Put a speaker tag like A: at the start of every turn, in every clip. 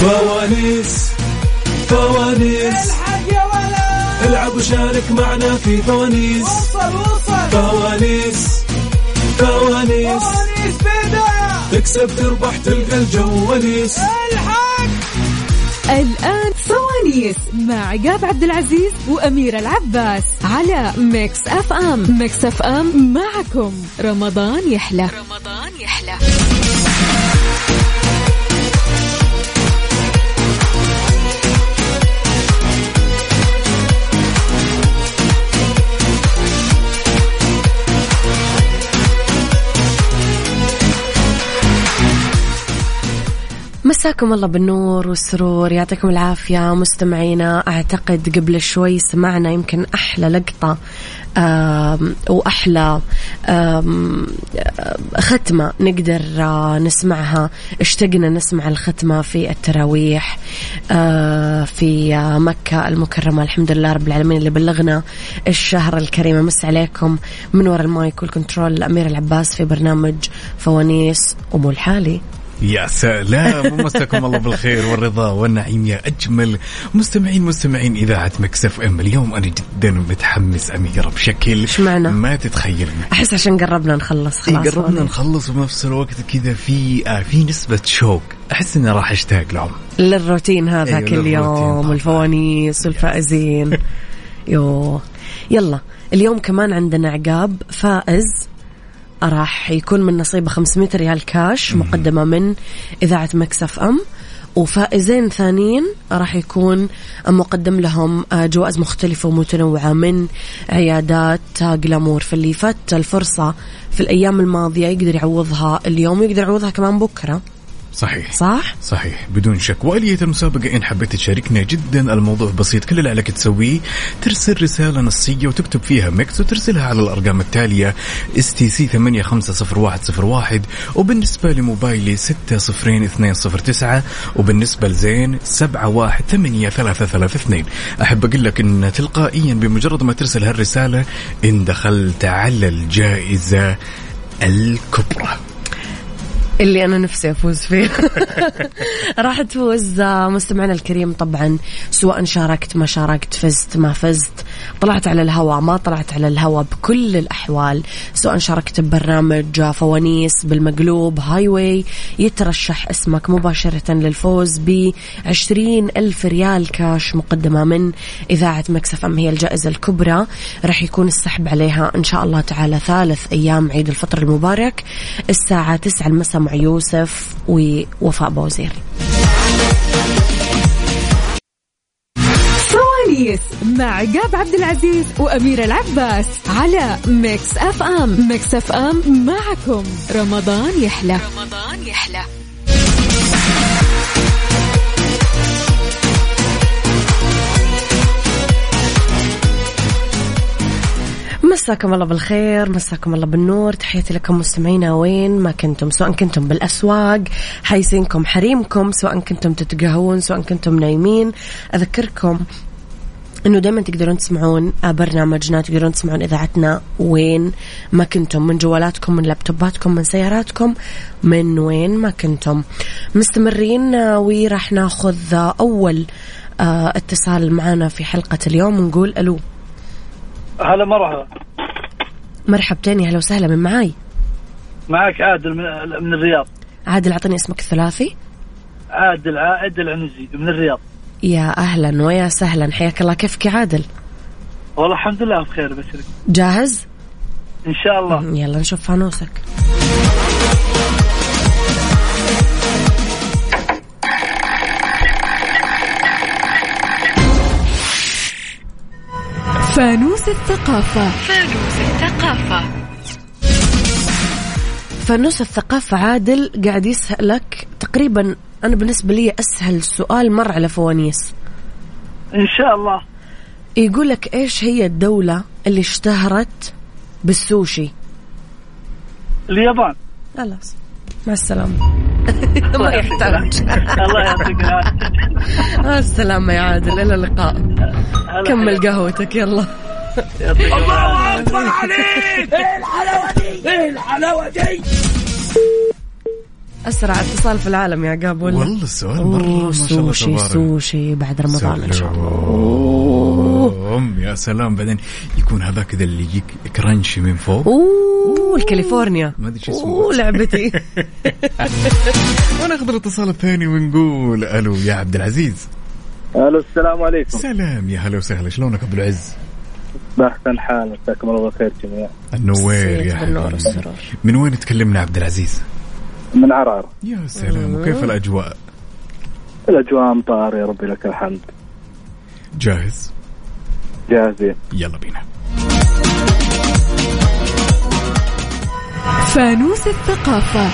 A: فوانيس فوانيس
B: الحق يا ولد
A: العب وشارك معنا في فوانيس
B: وصل وصل
A: فوانيس فوانيس
B: فوانيس بداية
A: تكسب تربح تلقى الجواليس
B: الحق
C: الآن فوانيس مع عقاب عبد العزيز وأميرة العباس على ميكس أف أم ميكس أف أم معكم رمضان يحلى رمضان يحلى
D: مساكم الله بالنور والسرور يعطيكم العافية مستمعينا أعتقد قبل شوي سمعنا يمكن أحلى لقطة آم، وأحلى آم، آه، ختمة نقدر آه، نسمعها اشتقنا نسمع الختمة في التراويح آه، في آه، مكة المكرمة الحمد لله رب العالمين اللي بلغنا الشهر الكريم أمس عليكم من وراء المايك والكنترول أمير العباس في برنامج فوانيس ومو الحالي
E: يا سلام ومساكم الله بالخير والرضا والنعيم يا اجمل مستمعين مستمعين اذاعه مكسف ام اليوم انا جدا متحمس اميره بشكل
D: إيش معنى؟
E: ما تتخيلين
D: احس عشان قربنا نخلص خلاص
E: إيه، قربنا نخلص وبنفس الوقت كذا في آه في نسبه شوق احس اني راح اشتاق لهم
D: للروتين هذاك
E: أيوة،
D: أيوة
E: للروتين طبعاً.
D: اليوم والفوانيس والفائزين يو يلا اليوم كمان عندنا عقاب فائز راح يكون من نصيبه 500 ريال كاش مقدمة من إذاعة مكسف أم وفائزين ثانيين راح يكون مقدم لهم آه، جوائز مختلفة ومتنوعة من عيادات آه، جلامور فاللي فات الفرصة في الأيام الماضية يقدر يعوضها اليوم يقدر يعوضها كمان بكرة
E: صحيح
D: صح؟
E: صحيح بدون شك وآلية المسابقة إن حبيت تشاركنا جدا الموضوع بسيط كل اللي عليك تسويه ترسل رسالة نصية وتكتب فيها ميكس وترسلها على الأرقام التالية اس تي سي 850101 وبالنسبة لموبايلي 60209 وبالنسبة لزين 718332 أحب أقول لك إن تلقائيا بمجرد ما ترسل هالرسالة إن دخلت على الجائزة الكبرى
D: اللي انا نفسي افوز فيه راح تفوز آه، مستمعنا الكريم طبعا سواء شاركت ما شاركت فزت ما فزت طلعت على الهواء ما طلعت على الهواء بكل الاحوال سواء شاركت ببرنامج آه، فوانيس بالمقلوب هاي واي يترشح اسمك مباشره للفوز ب 20 الف ريال كاش مقدمه من اذاعه مكسف ام هي الجائزه الكبرى راح يكون السحب عليها ان شاء الله تعالى ثالث ايام عيد الفطر المبارك الساعه 9 المساء مع يوسف ووفاء بوزير
C: فوانيس مع عقاب عبد العزيز وأميرة العباس على ميكس أف أم ميكس أف أم معكم رمضان يحلى رمضان يحلى
D: مساكم الله بالخير مساكم الله بالنور تحياتي لكم مستمعينا وين ما كنتم سواء كنتم بالأسواق حايسينكم حريمكم سواء كنتم تتقهون سواء كنتم نايمين أذكركم انه دائما تقدرون تسمعون آه، برنامجنا تقدرون تسمعون اذاعتنا وين ما كنتم من جوالاتكم من لابتوباتكم من سياراتكم من وين ما كنتم مستمرين آه، وراح ناخذ آه، اول آه، اتصال معنا في حلقه اليوم نقول الو
F: هلا مرحبا
D: مرحبتين يا هلا وسهلا من معاي
F: معك عادل من, من الرياض
D: عادل اعطيني اسمك الثلاثي
F: عادل عائد العنزي من الرياض
D: يا اهلا ويا سهلا حياك الله كيفك يا عادل
F: والله الحمد لله بخير بشرك
D: جاهز
F: ان شاء الله
D: يلا نشوف فانوسك
C: فانوس الثقافة
D: فانوس الثقافة عادل قاعد يسألك تقريبا أنا بالنسبة لي أسهل سؤال مر على فوانيس
F: ان شاء الله
D: يقول لك إيش هي الدولة اللي اشتهرت بالسوشي
F: اليابان
D: خلاص مع السلامة ما يحتاج
F: الله يعطيك العافيه
D: مع السلامة يا عادل إلى اللقاء
F: هلا
D: كمل قهوتك يلا
F: يعطيك العافية.
D: اسرع اتصال في العالم يا عقاب ولا
E: والله السؤال مرة ما
D: أوه،
E: شاء الله
D: سوشي
E: تبارك.
D: سوشي بعد رمضان ان شاء الله
E: سلام يا سلام بعدين يكون هذا كذا اللي يجيك كرانشي من فوق
D: اوه الكاليفورنيا
E: ما أدري شو اسمه.
D: اوه لعبتي
E: وناخذ الاتصال الثاني ونقول الو يا عبد العزيز
G: الو السلام عليكم
E: سلام يا هلا وسهلا شلونك ابو العز
G: بحث عن حال مساكم الله بالخير جميعا
E: النوير يا
D: مسيت بالنور
E: حبيبي
D: والسرور.
E: من وين تكلمنا عبد العزيز
G: من عرعر
E: يا سلام وكيف الاجواء
G: الاجواء امطار يا ربي لك الحمد
E: جاهز
G: جاهزين
E: يلا بينا
C: فانوس الثقافة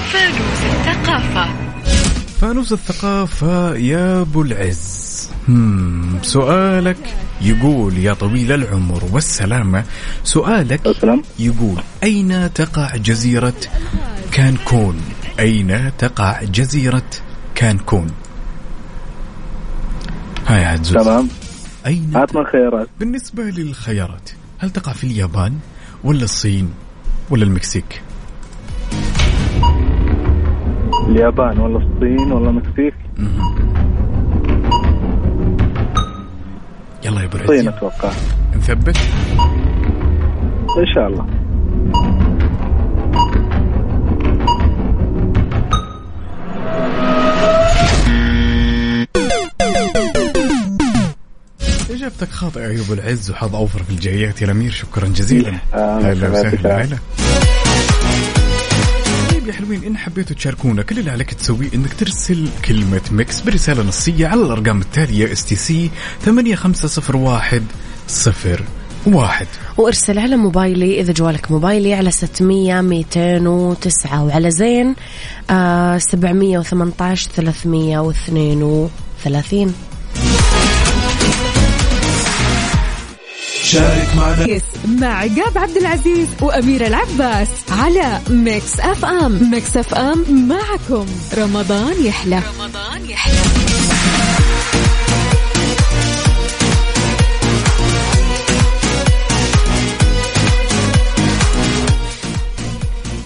E: فانوس الثقافة يا أبو العز هم سؤالك يقول يا طويل العمر والسلامة سؤالك
G: السلام
E: يقول أين تقع جزيرة كانكون أين تقع جزيرة كانكون ها يا عزوز
G: تمام
E: أين
G: عطنا الخيارات
E: بالنسبة للخيارات هل تقع في اليابان ولا الصين ولا المكسيك
G: اليابان ولا الصين ولا المكسيك
E: يلا يا ابو
G: الصين
E: العز
G: اتوقع
E: نثبت
G: ان شاء الله
E: اجابتك خاطئه يا ابو العز وحظ اوفر في الجايات يا الامير شكرا جزيلا
G: آه،
E: هلا
G: شكراً لك.
E: وسهلا هلا طيب يا حلوين ان حبيتوا تشاركونا كل اللي عليك تسويه انك ترسل كلمه ميكس برساله نصيه على الارقام التاليه اس تي سي 8501 صفر واحد
D: وارسل على موبايلي اذا جوالك موبايلي على 600 209 وعلى زين آه 718 332
A: شارك معنا
C: ميكس مع عقاب عبد العزيز وأميرة العباس على ميكس أف أم ميكس أف أم معكم رمضان يحلى رمضان يحلى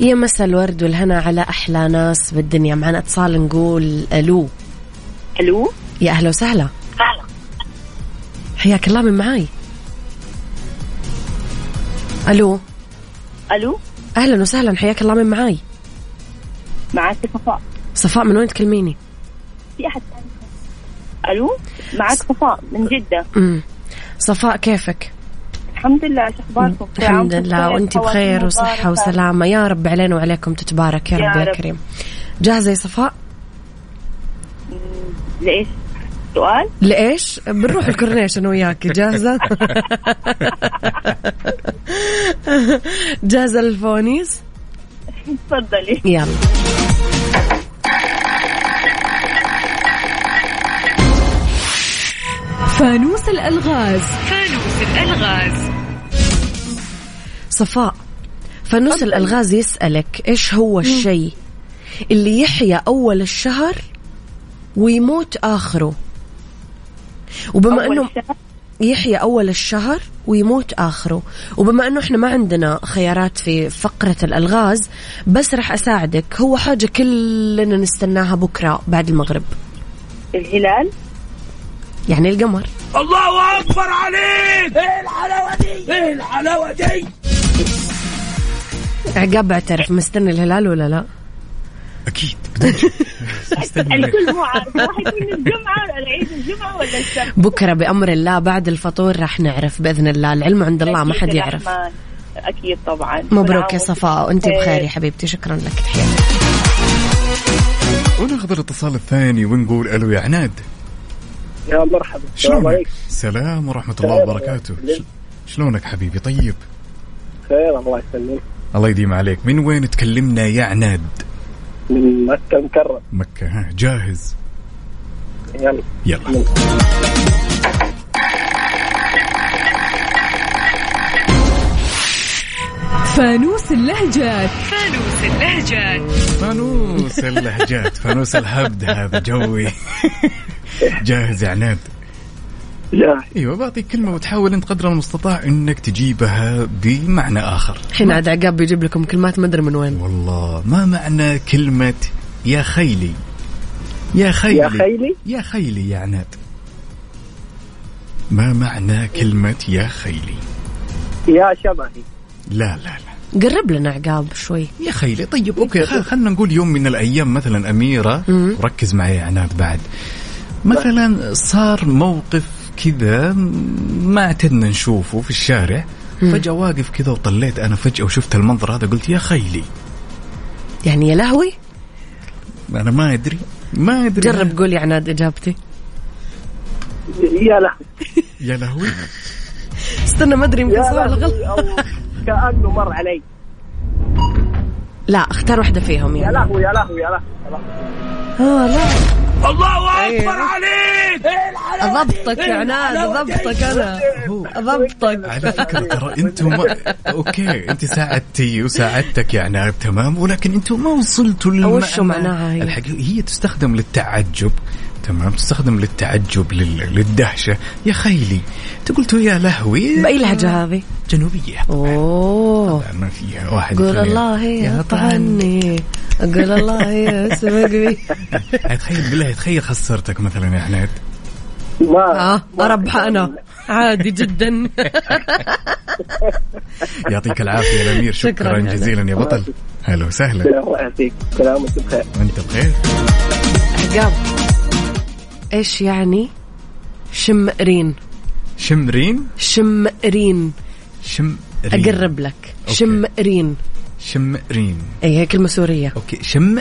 D: يا مسا الورد والهنا على احلى ناس بالدنيا معنا اتصال نقول الو
H: الو
D: يا اهلا وسهلا
H: هلا
D: حياك الله من معاي الو
H: الو
D: اهلا وسهلا حياك الله من معاي
H: معك صفاء
D: صفاء من وين تكلميني
H: في احد ثاني الو معك صفاء من جده
D: امم صفاء كيفك
H: الحمد لله ايش اخباركم كل عام
D: الحمد
H: وأنتم
D: لله وانت
H: خواتيم
D: بخير
H: نعم، مباركة.
D: وصحة وسلامة يا رب علينا وعليكم تتبارك يا
H: يا
D: رب يا
H: رب.
D: كريم جاهزة يا صفاء
H: ليش سؤال
D: لإيش بنروح الكورنيش أنا وياك جاهزة جاهزة للفونيس
H: تفضلي
D: يلا
C: فانوس الألغاز
D: صفاء فانوس الألغاز يسألك إيش هو الشيء اللي يحيا أول الشهر ويموت آخره وبما
H: أول
D: أنه
H: شهر
D: يحيى أول الشهر ويموت آخره وبما أنه إحنا ما عندنا خيارات في فقرة الألغاز بس راح أساعدك هو حاجة كلنا نستناها بكرة بعد المغرب
H: الهلال
D: يعني القمر الله أكبر عليك إيه الحلاوة دي إيه الحلاوة دي عقاب اعترف مستني الهلال ولا لا
E: اكيد بدون شك. استنى منك.
H: الكل مو عارف واحد من الجمعه ولا العيد الجمعه ولا السبت
D: بكرة بأمر الله بعد الفطور راح نعرف بإذن الله العلم عند الله ما
H: أكيد
D: حد يعرف
H: الرحمن. اكيد طبعا كل عام
D: مبروك يا
H: وأنتم
D: صفاء وانت بخير
G: إيه.
D: يا
H: بخير.
D: حبيبتي شكرا لك تحياتي
E: وناخذ الاتصال الثاني ونقول الو يا عناد
G: يا مرحبا السلام
E: شلونك
G: عليكم
E: سلام ورحمه الله
G: سلام.
E: وبركاته ش- شلونك حبيبي طيب
G: خير الله يسلمك
E: الله يديم عليك من وين تكلمنا يا عناد
G: من مكه المكرمه
E: مكة ها جاهز
G: يلا
E: يلا
C: فانوس اللهجات
E: فانوس اللهجات فانوس الهبد هذا جوي جاهز يا عناد
G: جاهز
E: ايوه بعطيك كلمة وتحاول انت قدر المستطاع انك تجيبها بمعنى اخر
D: الحين عاد عقاب بيجيب لكم كلمات ما ادري من وين
E: والله ما معنى كلمة يا خيلي يا خيلي
G: يا خيلي؟
E: يا خيلي يا عناد ما معنى كلمة يا خيلي
G: يا شبهي
E: لا لا لا
D: قرب لنا عقاب شوي
E: يا خيلي طيب اوكي خلينا نقول يوم من الايام مثلا اميره ركز معي يا عناد بعد مثلا صار موقف كذا ما اعتدنا نشوفه في الشارع فجأة واقف كذا وطليت أنا فجأة وشفت المنظر هذا قلت يا خيلي
D: يعني يا لهوي
E: أنا ما أدري ما أدري
D: جرب قول يا عناد اجابتي
G: يا لهوي
E: يا لهوي
D: استنى ما ادري يمكن
G: يا
D: سؤال غلط
G: لهوي أو كأنه مر علي
D: لا اختار واحده فيهم
G: يا
D: يعني
G: لهوي يا لهوي يا لهوي
D: اه لا الله اكبر عليك ضبطك يا عناد ضبطك انا ضبطك
E: على فكرة ترى أنتم ما... أوكي أنت ساعدتي وساعدتك يا عناب تمام ولكن أنتم ما وصلتوا للمعنى
D: وشو معناها هي؟
E: الحقيقة هي تستخدم للتعجب تمام تستخدم للتعجب لل... للدهشة يا خيلي تقول يا لهوي
D: باي لهجه هذه؟
E: جنوبية
D: اوه
E: طبعاً ما فيها واحد
D: قول
E: يخليها.
D: الله
E: يا طعن
D: يطعني قول الله يسمك بي
E: تخيل بالله تخيل خسرتك مثلا يا عناد
G: ما
D: اه اربح انا عادي جدا
E: يعطيك العافية يا الأمير
D: شكراً
E: شكرا
D: يا
E: جزيلا يا بطل هلا وسهلا
G: الله يعطيك سلامة بخير
E: وانت بخير
D: عقاب ايش يعني شمرين
E: شمرين
D: شمرين
E: شمرين
D: اقرب لك
E: إيه. أوكي.
D: شمرين
E: شمرين
D: اي هي كلمه سوريه
E: اوكي شم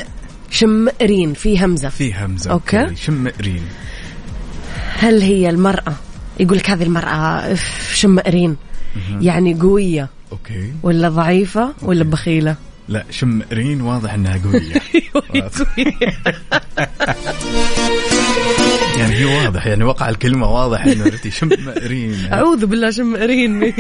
D: شمرين في همزه
E: في همزه
D: أوكي.
E: شمرين
D: هل هي المراه يقول لك هذه المراه إف، شمرين يعني قويه
E: اوكي
D: ولا ضعيفه ولا بخيله
E: لا شمرين واضح انها قويه يعني هي واضح يعني وقع الكلمه واضح انه عرفتي شمرين
D: اعوذ بالله شمرين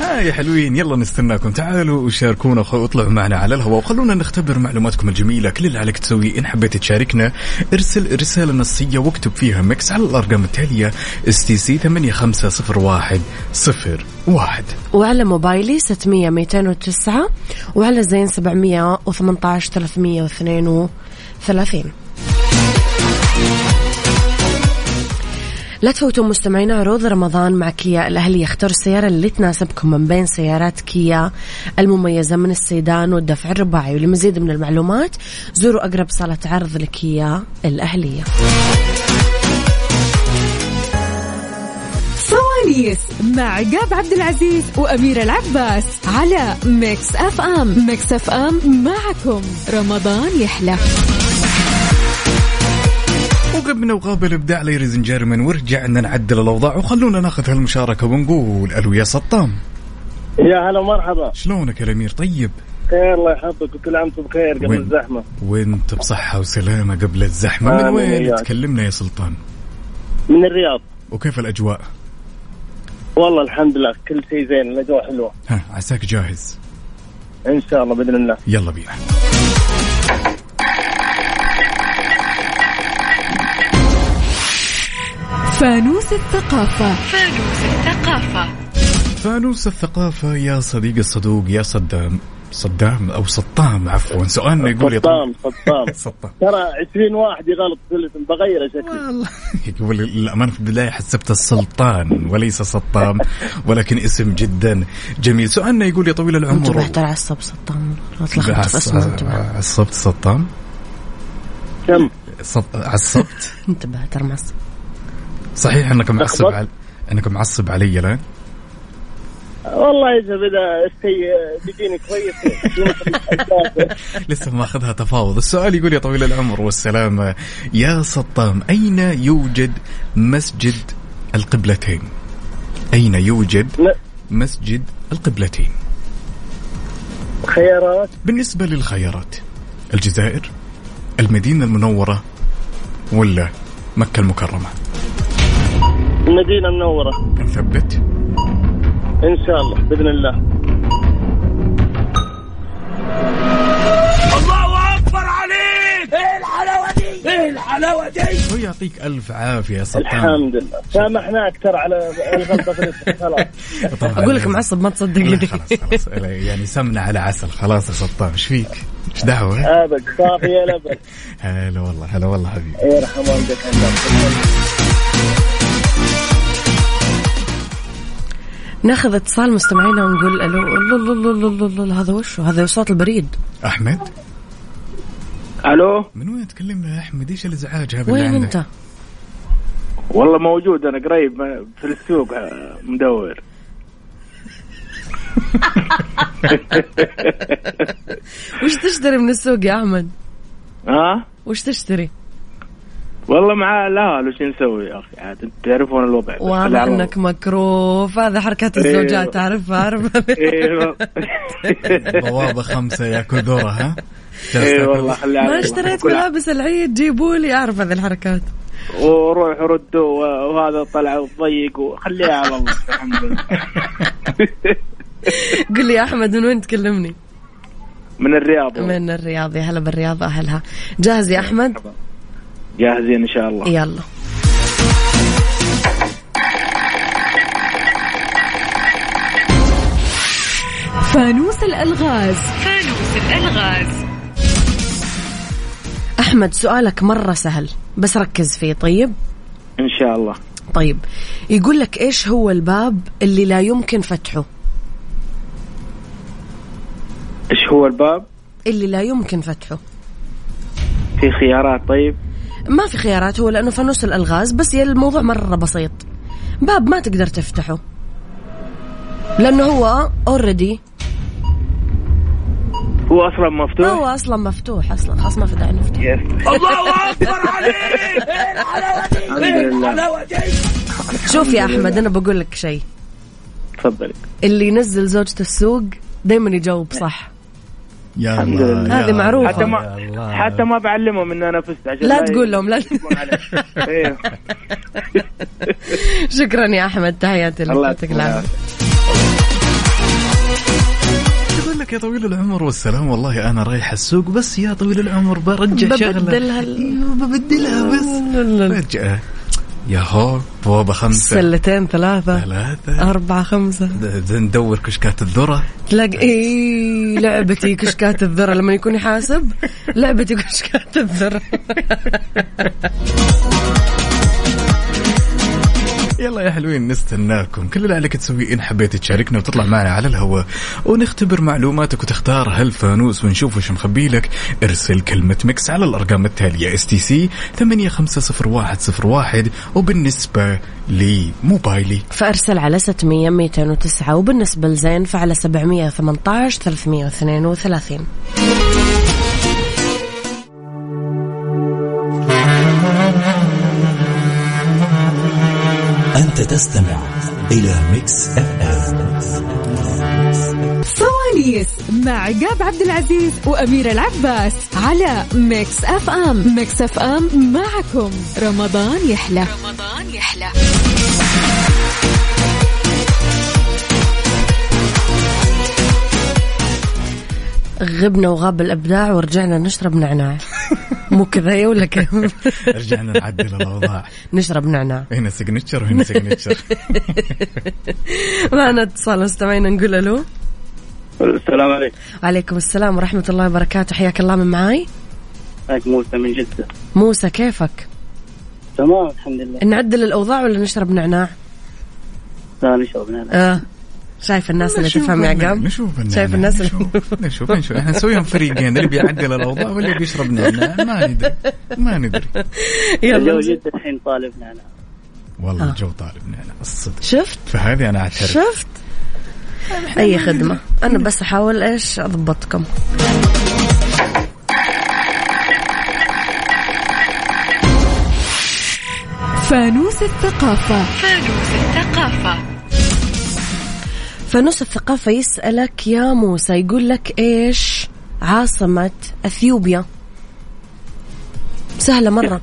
E: ها يا حلوين يلا نستناكم تعالوا وشاركونا خ- واطلعوا معنا على الهواء وخلونا نختبر معلوماتكم الجميلة كل اللي عليك تسويه إن حبيت تشاركنا ارسل رسالة نصية واكتب فيها مكس على الأرقام التالية stc 8501 صفر واحد
D: وعلى موبايلي 600 209 وعلى زين 718 332 لا تفوتوا مستمعين عروض رمضان مع كيا الأهلي يختار السيارة اللي تناسبكم من بين سيارات كيا المميزة من السيدان والدفع الرباعي ولمزيد من المعلومات زوروا أقرب صالة عرض لكيا الأهلية
C: سواليس مع عقاب عبد العزيز وأميرة العباس على ميكس أف أم ميكس أف أم معكم رمضان يحلى
E: وغبنا وغاب الإبداع ليريز جيرمن ورجعنا نعدل الأوضاع وخلونا ناخذ هالمشاركة ونقول ألو يا سطام
G: يا هلا ومرحبا
E: شلونك يا الأمير طيب
G: خير الله يحفظك وكل عام وانتم بخير قبل
E: وين؟
G: الزحمة
E: وانت بصحة وسلامة قبل الزحمة من
G: آمين
E: وين
G: وياك.
E: تكلمنا يا سلطان
G: من الرياض
E: وكيف الأجواء
G: والله الحمد لله كل شيء زين الأجواء حلوة
E: ها عساك جاهز
G: إن شاء الله بإذن الله
E: يلا بينا
C: فانوس الثقافة
E: فانوس الثقافة يا صديقي الصدوق يا صدام صدام أو سطام عفوا سؤالنا يقول يا
G: سطام
E: طويل-
G: سطام
E: سطام
G: ترى 20 واحد يغلط في الاسم بغيره شكلي
E: والله يقول للأمانة في البداية حسبت السلطان وليس سطام ولكن اسم جدا جميل سؤالنا يقول يا طويل العمر
D: انتبه ترى عصب سلطان لا تلخبط في
E: عص-
D: اسمه انتبه
E: عصبت سطام
G: كم
E: صط- عصبت
D: انتبه ترى معصب
E: صحيح انك معصب
G: لخبط.
E: على انك معصب علي الان
G: والله يجب اذا الشيء بيجيني كويس
E: لسه ماخذها تفاوض السؤال يقول يا طويل العمر والسلامة يا سطام أين يوجد مسجد القبلتين أين يوجد
G: لا.
E: مسجد القبلتين
G: خيارات
E: بالنسبة للخيارات الجزائر المدينة المنورة ولا مكة المكرمة
G: المدينه منوره
E: نثبت
G: ان شاء الله باذن الله
I: الحلاوه دي
E: هو يعطيك الف عافيه سلطان
I: الحمد لله سامحناك ترى على الغلطه في الاسم، خلاص
E: طبعاً.
D: اقول لك معصب ما
E: لا،
D: تصدقني
E: خلاص خلاص لا، يعني سمنه على عسل خلاص يا سلطان ايش فيك؟ ايش دعوه؟
I: ابد صافي يا لبن
E: هلا والله هلا والله حبيبي
I: يرحم والدك الله
D: ناخذ اتصال مستمعينا ونقول الو الله الله الله الله الله الله هذا وشو هذا صوت البريد
E: احمد
G: الو
E: من وين تكلمنا يا احمد؟ ايش الازعاج هذا اللي
D: وين
E: عندك؟
D: انت؟
G: والله موجود انا قريب في السوق آه، مدور
D: وش تشتري من السوق يا احمد؟
G: ها
D: وش تشتري؟
G: والله مع لا لو شو نسوي يا اخي عاد انت تعرفون الوضع
D: واضح انك مكروف هذا حركات الزوجات تعرفها عارفها
G: ايوه
E: بوابه خمسه يا كذوره ها؟
G: اي إيه، والله خلي
D: ما اشتريت ملابس العيد جيبوا لي اعرف هذه الحركات
G: إيه. وروح ردوا وهذا طلع ضيق وخليها على الله الحمد لله
D: قل لي يا احمد من وين تكلمني؟
G: من الرياض
D: من الرياض يا هلا بالرياض اهلها جاهز يا احمد؟
G: جاهزين ان شاء الله
D: يلا
C: فانوس الألغاز
D: احمد سؤالك مره سهل بس ركز فيه طيب؟
G: ان شاء الله
D: طيب يقول لك ايش هو الباب اللي لا يمكن فتحه؟
G: ايش هو الباب
D: اللي لا يمكن فتحه
G: في خيارات طيب
D: ما في خيارات هو لانه فانوس الالغاز بس يا الموضوع مره بسيط باب ما تقدر تفتحه لانه هو اوريدي
G: هو اصلا
D: ما
G: مفتوح
D: هو اصلا مفتوح اصلا خلاص ما في داعي نفتح
I: الله اكبر عليك إيه الحلاوه دي
G: الحمد
I: إيه
G: لله.
I: الحلاوه دي
D: شوف يا احمد انا بقول لك شيء
G: تفضلي
D: اللي ينزل زوجته السوق دائما يجاوب صح
E: يا
G: الحمد
E: الله
G: لله.
E: يا
D: هذه
E: الله،
D: معروفة.
E: يا
G: حتى ما
E: الله.
G: حتى ما بعلمهم ان انا فزت عشان
D: لا تقول لهم لا
G: يكون عليك. إيه.
D: شكرا يا احمد تحياتي لك
G: الله
D: يعطيك
G: يعطيك
D: العافيه
G: العافية.
E: يقول لك يا طويل العمر والسلام والله انا رايح السوق بس يا طويل العمر برجع شغله
D: ببدلها ال-
E: ايوه ببدلها بس برجع يا هو بوابه خمسه
D: سلتين ثلاثة
E: ثلاثه
D: أربعة خمسة
E: د- ندور كشكات الذره
D: تلاقي إيه لعبتي كشكات الذرة لما يكون يحاسب لعبتي كشكات الذرة
E: يلا يا حلوين نستناكم كل اللي عليك تسويه ان حبيت تشاركنا وتطلع معنا على الهواء ونختبر معلوماتك وتختار هالفانوس ونشوف وش مخبي لك ارسل كلمة مكس على الأرقام التالية اس تي سي 850101 وبالنسبة لموبايلي
D: فأرسل على 600 209 وبالنسبة لزين فعلى 718 332
A: أنت تستمع إلى ميكس أف أم
C: سواليس مع عقاب عبد العزيز وأميرة العباس على ميكس أف أم ميكس أف أم معكم رمضان يحلى رمضان يحلى
D: غبنا وغاب الإبداع ورجعنا نشرب نعناع مو كذا يا ولا كيف
E: رجعنا نعدل الأوضاع
D: نشرب نعناع
E: هنا سيجنتشر وهنا سيجنتشر
D: معنا اتصال مستمعينا نقول ألو
G: السلام عليكم
D: عليكم السلام ورحمة الله وبركاته حياك الله من معاي
G: معك موسى من جدة
D: موسى كيفك
G: تمام الحمد لله
D: نعدل الأوضاع ولا نشرب نعناع
G: لا نشرب نعم
D: آه شايف الناس اللي تفهم يا عقاب
E: نشوف النعناع.
D: شايف الناس اللي-
E: نشوف نشوف نشوف احنا نسويهم فريقين اللي بيعدل الأوضاع واللي بيشرب نعناع ما ندري ما ندري
G: الجو
D: يلا
G: جدة الحين طالب نعم
D: آه.
E: والله الجو طالب نعناع الصدق
D: شفت
E: فهذه أنا أعترف
D: شفت اي خدمه انا بس احاول ايش اضبطكم
C: فانوس الثقافة
D: فنص الثقافه يسالك يا موسى يقول لك ايش عاصمه اثيوبيا سهله مره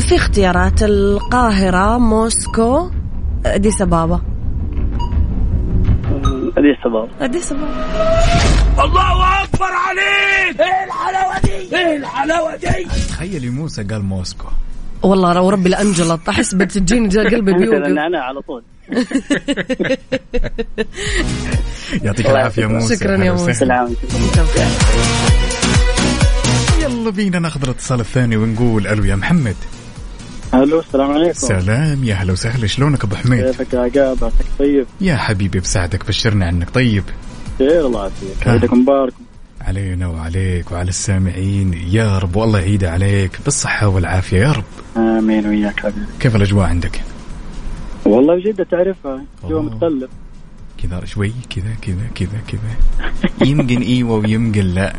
D: في اختيارات القاهره موسكو اديس ابابا
G: هذه السبب
D: اديس ابابا
I: الله اكبر عليك ايه الحلاوه دي ايه الحلاوه دي
E: تخيلي موسى قال موسكو
D: والله وربي لانجلط احس بتجيني جا قلبي
G: انت
D: بيوقف
G: انا على طول
E: يعطيك
G: الله
E: العافيه
G: يعطيك
E: موسى
D: شكراً يا
E: أهلا
D: موسى.
E: وسهلا.
G: سلام
E: يلا بينا ناخذ الاتصال الثاني ونقول الو يا محمد
G: الو السلام عليكم
E: سلام يا هلا وسهلا شلونك ابو حميد
G: كيفك يا عقاب عساك طيب
E: يا حبيبي بساعدك بشرنا عنك طيب
G: خير الله يعافيك
E: آه.
G: عيدك مبارك
E: علينا وعليك وعلى السامعين يا رب والله يعيد عليك بالصحة والعافية يا رب
G: امين وياك حبيبي
E: كيف الأجواء عندك
G: والله جدة تعرفها جو
E: أوه.
G: متقلب
E: كذا شوي كذا كذا كذا كذا يمكن ايوه ويمكن لا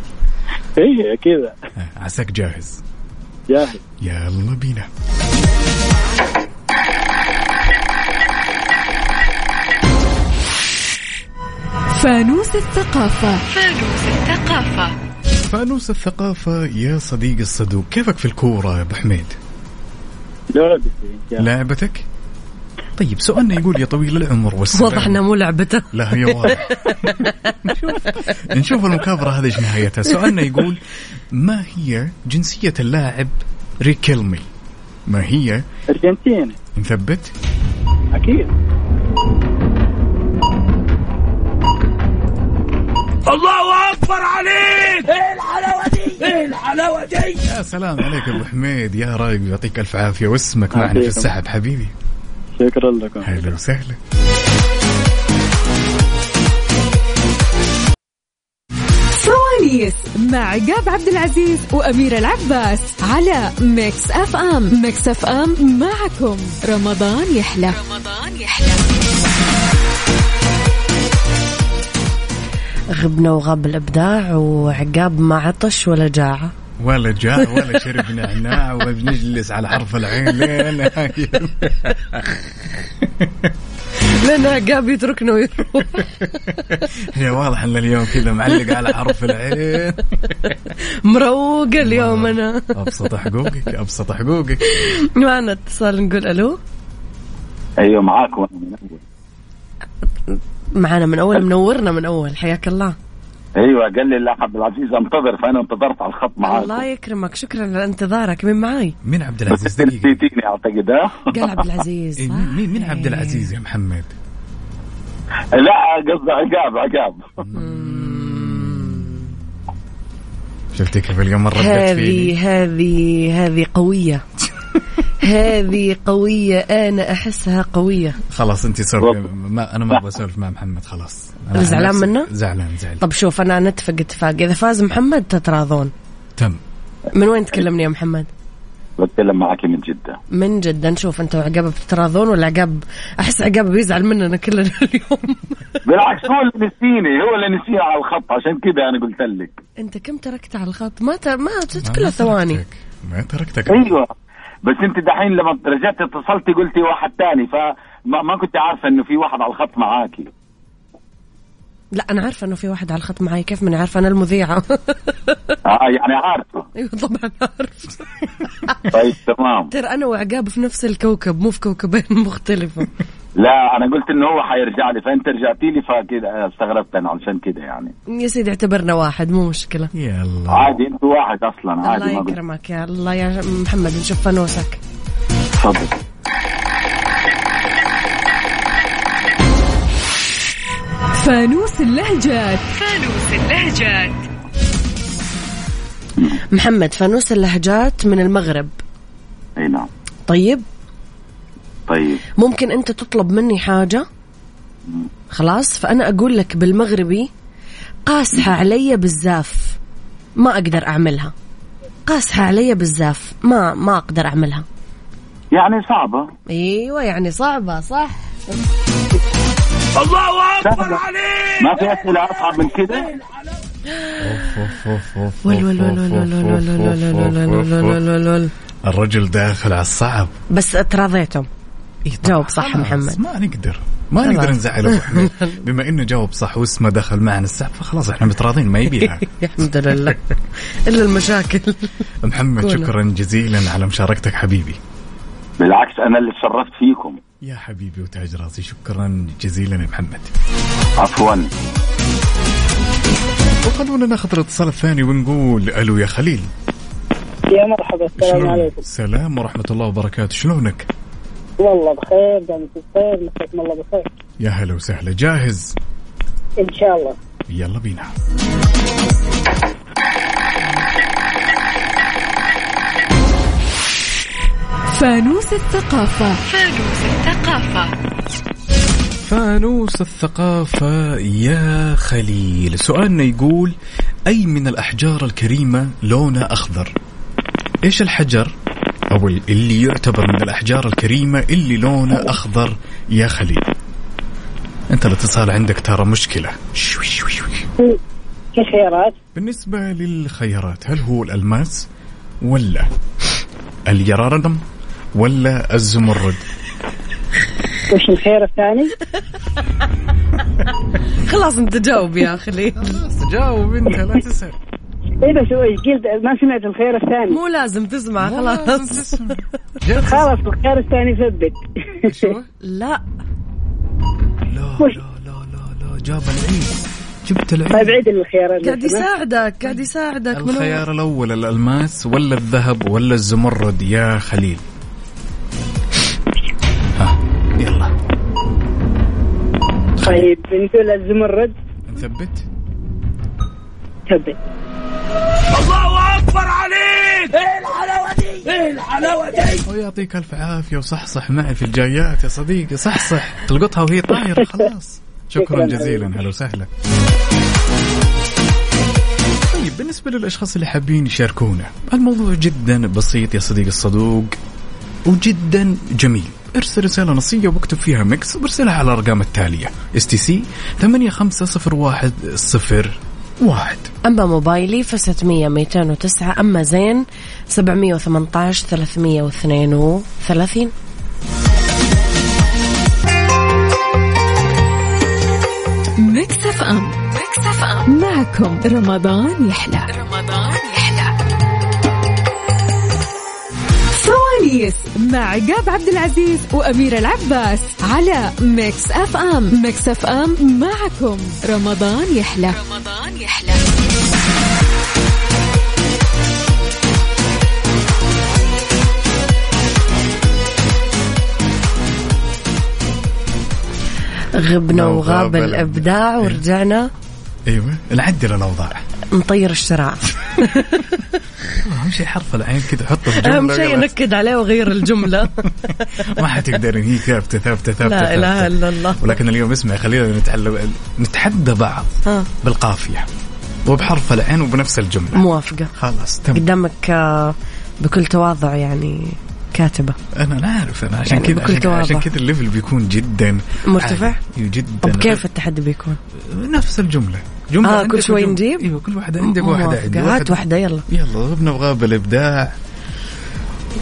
G: اي كذا
E: آه، عساك جاهز
G: إيه، جاهز
E: يلا بينا
C: فانوس الثقافة
E: فانوس الثقافة يا صديقي الصدوق كيفك في الكورة يا أبو حميد
G: لعبتي يا
E: لعبتك طيب سؤالنا يقول يا طويل العمر والسلام
D: واضح انه مو لعبته
E: لا هي واضح نشوف نشوف المكابرة هذه ايش نهايتها سؤالنا يقول ما هي جنسية اللاعب ريكيلمي ما هي
G: ارجنتين
E: نثبت
G: اكيد
I: الله اكبر عليك ايه الحلاوه دي ايه الحلاوه دي
E: يا سلام عليك ابو حميد يا رايق يعطيك الف عافية واسمك معنا في
G: عافيكم.
E: السحب حبيبي
G: شكرا لكم
E: اهلا وسهلا
C: فوانيس مع عقاب عبد العزيز وأميرة العباس على ميكس أف أم ميكس أف أم معكم رمضان يحلى
D: غبنا وغاب الابداع وعقاب ما عطش ولا جاع
E: ولا جاء ولا شرب نعناع وبنجلس على حرف العين لين نهاية.
D: لان عقاب يتركنا ويروح
E: يا واضح ان اليوم كذا معلق على حرف العين
D: مروقه اليوم انا
E: ابسط حقوقك ابسط حقوقك
D: معنا اتصال نقول الو
J: أيوة،
G: ايوه معاكم أنا من أول.
D: معنا من اول منورنا من اول حياك الله
J: ايوه قال لي الاخ عبد العزيز انتظر فانا انتظرت على الخط
D: الله
J: معاك
D: يكرمك شكرا لانتظارك مين معاي
E: مين عبد العزيز
J: بس
E: دقيقة
J: نسيتيني اعتقد ها
D: قال عبد العزيز
E: إيه، مين مين- مين عبد العزيز يا محمد؟
J: لا قصدي عقاب عقاب
E: شفتي كيف اليوم مرة بدت فيني؟
D: هذه هذه هذه قوية هذه قوية أنا أحسها قوية
E: خلاص انت سولفي ما انا ما ابغى اسولف مع محمد خلاص أنا عن
D: زعلان
E: نفسي
D: منه؟
E: زعلان زعلان
D: طب شوف أنا نتفق اتفاق إذا فاز محمد تتراضون
E: تم
D: من وين تكلمني يا محمد
J: بتكلم معك من جده
D: من جد نشوف أنت وعقاب بتتراضون ولا عقاب أحس عقاب بيزعل مننا كلنا اليوم
J: بالعكس هو اللي نسيني هو اللي نسيني على الخط عشان كذا انا قلت لك
D: أنت كم تركت على الخط ما ت... ما
E: ما-
D: كلها
E: ما
D: ثواني
E: تركتك. ما تركتك
J: ايوه بس انت دحين لما رجعت اتصلتي قلتي واحد ثاني فما ما كنت عارفه انه في واحد على الخط معاكي
D: لا أنا عارفة إنه في واحد على الخط معي كيف من عارفة أنا المذيعة
J: اه يعني عارفه
D: أيوة طبعا عارفة
J: طيب تمام
D: ترى أنا وعقاب في نفس الكوكب مو في كوكبين مختلفة
J: لا انا قلت انه هو حيرجع لي فانت رجعتي لي فكذا استغربت انا علشان كذا يعني
D: يا سيدي اعتبرنا واحد مو مشكلة
E: يلا
J: عادي انت واحد اصلا عادي
D: الله
J: ما قلت
D: يكرمك يا الله يا محمد نشوف فانوسك
J: تفضل
C: فانوس اللهجات
D: محمد فانوس اللهجات من المغرب
J: اي نعم
D: طيب
J: طيب
D: ممكن انت تطلب مني حاجة خلاص فانا اقول لك بالمغربي قاسحة علي بالزاف ما اقدر اعملها قاسحة علي بالزاف ما ما اقدر اعملها
J: يعني صعبة
D: ايوه يعني صعبة صح
I: الله اكبر
J: سهلة.
I: عليك
J: ما في أسئلة أصعب من كده
D: ول ول ول ول ول ول ول ول ول ول ول ول ول
E: الرجل داخل على الصعب
D: بس تراضيتم
E: إيه طبعاً.
D: جاوب صح
E: خلاص،
D: محمد.
E: ما نقدر ما
D: خلاص.
E: نقدر نزعل ابو حميد بما انه جاوب صح واسمه دخل معنا السحب فخلاص احنا متراضين ما يبيها
D: الحمد لله الا المشاكل
E: محمد
D: كونه.
E: شكرا جزيلا على مشاركتك حبيبي
J: بالعكس أنا اللي تشرفت فيكم
E: يا حبيبي وتاج راسي شكرا جزيلا يا محمد
J: عفوا
E: وخلونا ناخذ الاتصال الثاني ونقول الو يا خليل
G: يا مرحبا السلام
E: شلونك؟
G: عليكم
E: سلام ورحمه الله وبركاته شلونك
G: والله بخير دامكم بخير مساكم الله بخير
E: يا هلا وسهلا جاهز
G: ان شاء الله
E: يلا بينا
C: فانوس الثقافة
E: فانوس الثقافة يا خليل سؤالنا يقول أي من الأحجار الكريمة لونه أخضر إيش الحجر أو اللي يعتبر من الأحجار الكريمة اللي لونه أخضر يا خليل أنت الاتصال عندك ترى مشكلة شوي شوي شوي.
G: في خيارات
E: بالنسبة للخيارات هل هو الألماس ولا اليرارندم ولا الزمرد
G: وش الخيار الثاني؟
D: خلاص انت جاوب يا خليل
E: جاوب أنت لا تسأل
G: ايه بس ايه قلت ما سمعت الخيار الثاني
D: مو لازم تسمع خلاص
G: خلاص الخيار الثاني ثبت
E: شو؟
D: لا
E: لا لا لا لا لا جاب العيد جبت
G: طيب
E: العيد
G: عيد الخيارات
D: قاعد يساعدك قاعد يساعدك من أول.
E: الخيار الأول الألماس ولا الذهب ولا الزمرد يا خليل ها يلا
G: طيب بنقول الزمرد
E: نثبت
G: ثبت
I: الله اكبر عليك ايه الحلاوه دي ايه الحلاوه دي
E: ويعطيك ألف عافية وصحصح معي في الجايات يا صديقي صحصح تلقطها وهي طايرة خلاص شكرا
G: شكراً
E: جزيلا هلا وسهلا طيب بالنسبة للأشخاص اللي حابين يشاركونا الموضوع جدا بسيط يا صديقي الصدوق وجدا جميل ارسل رسالة نصية واكتب فيها ميكس وارسلها على الأرقام التالية اس تي سي 850101
D: اما موبايلي ف 600 209 اما زين 718 332
C: ميكس اف ام ميكس اف ام معكم رمضان يحلى رمضان يحلى سواليس مع عقاب عبد العزيز وأميرة العباس على ميكس اف ام ميكس اف ام معكم رمضان يحلى رمضان يحلى
D: غبنا
E: لو
D: وغاب
E: غاب
D: الابداع
E: الإبداع.
D: ورجعنا
E: ايوه نعدل الأوضاع
D: نطير الشراع
E: أهم شيء حرف العين كذا حطه في جملة
D: اهم شيء
E: يلا.
D: نكد عليه وغير الجمله
E: ما حتقدرين هي ثابته ثابته ثابته
D: لا
E: ثابتة.
D: اله الا الله
E: ولكن اليوم اسمع خلينا نتحلى نتحدى بعض
D: ها.
E: بالقافيه وبحرف العين وبنفس الجمله
D: موافقه
E: خلاص تم
D: قدامك آه، بكل تواضع يعني كاتبه
E: انا لا اعرف انا عشان
D: يعني
E: كذا
D: بكل
E: عشان, عشان
D: تواضع.
E: كذا الليفل بيكون جدا
D: مرتفع؟
E: عالي. إيوه، جدا
D: طب كيف التحدي بيكون؟
E: نفس الجمله جمله
D: آه،
E: عندك
D: كل شوي
E: وجملة.
D: نجيب؟
E: ايوه كل واحده عندك واحده
D: موافقة.
E: عندي
D: هات واحده يلا
E: يلا غبنا وغاب الابداع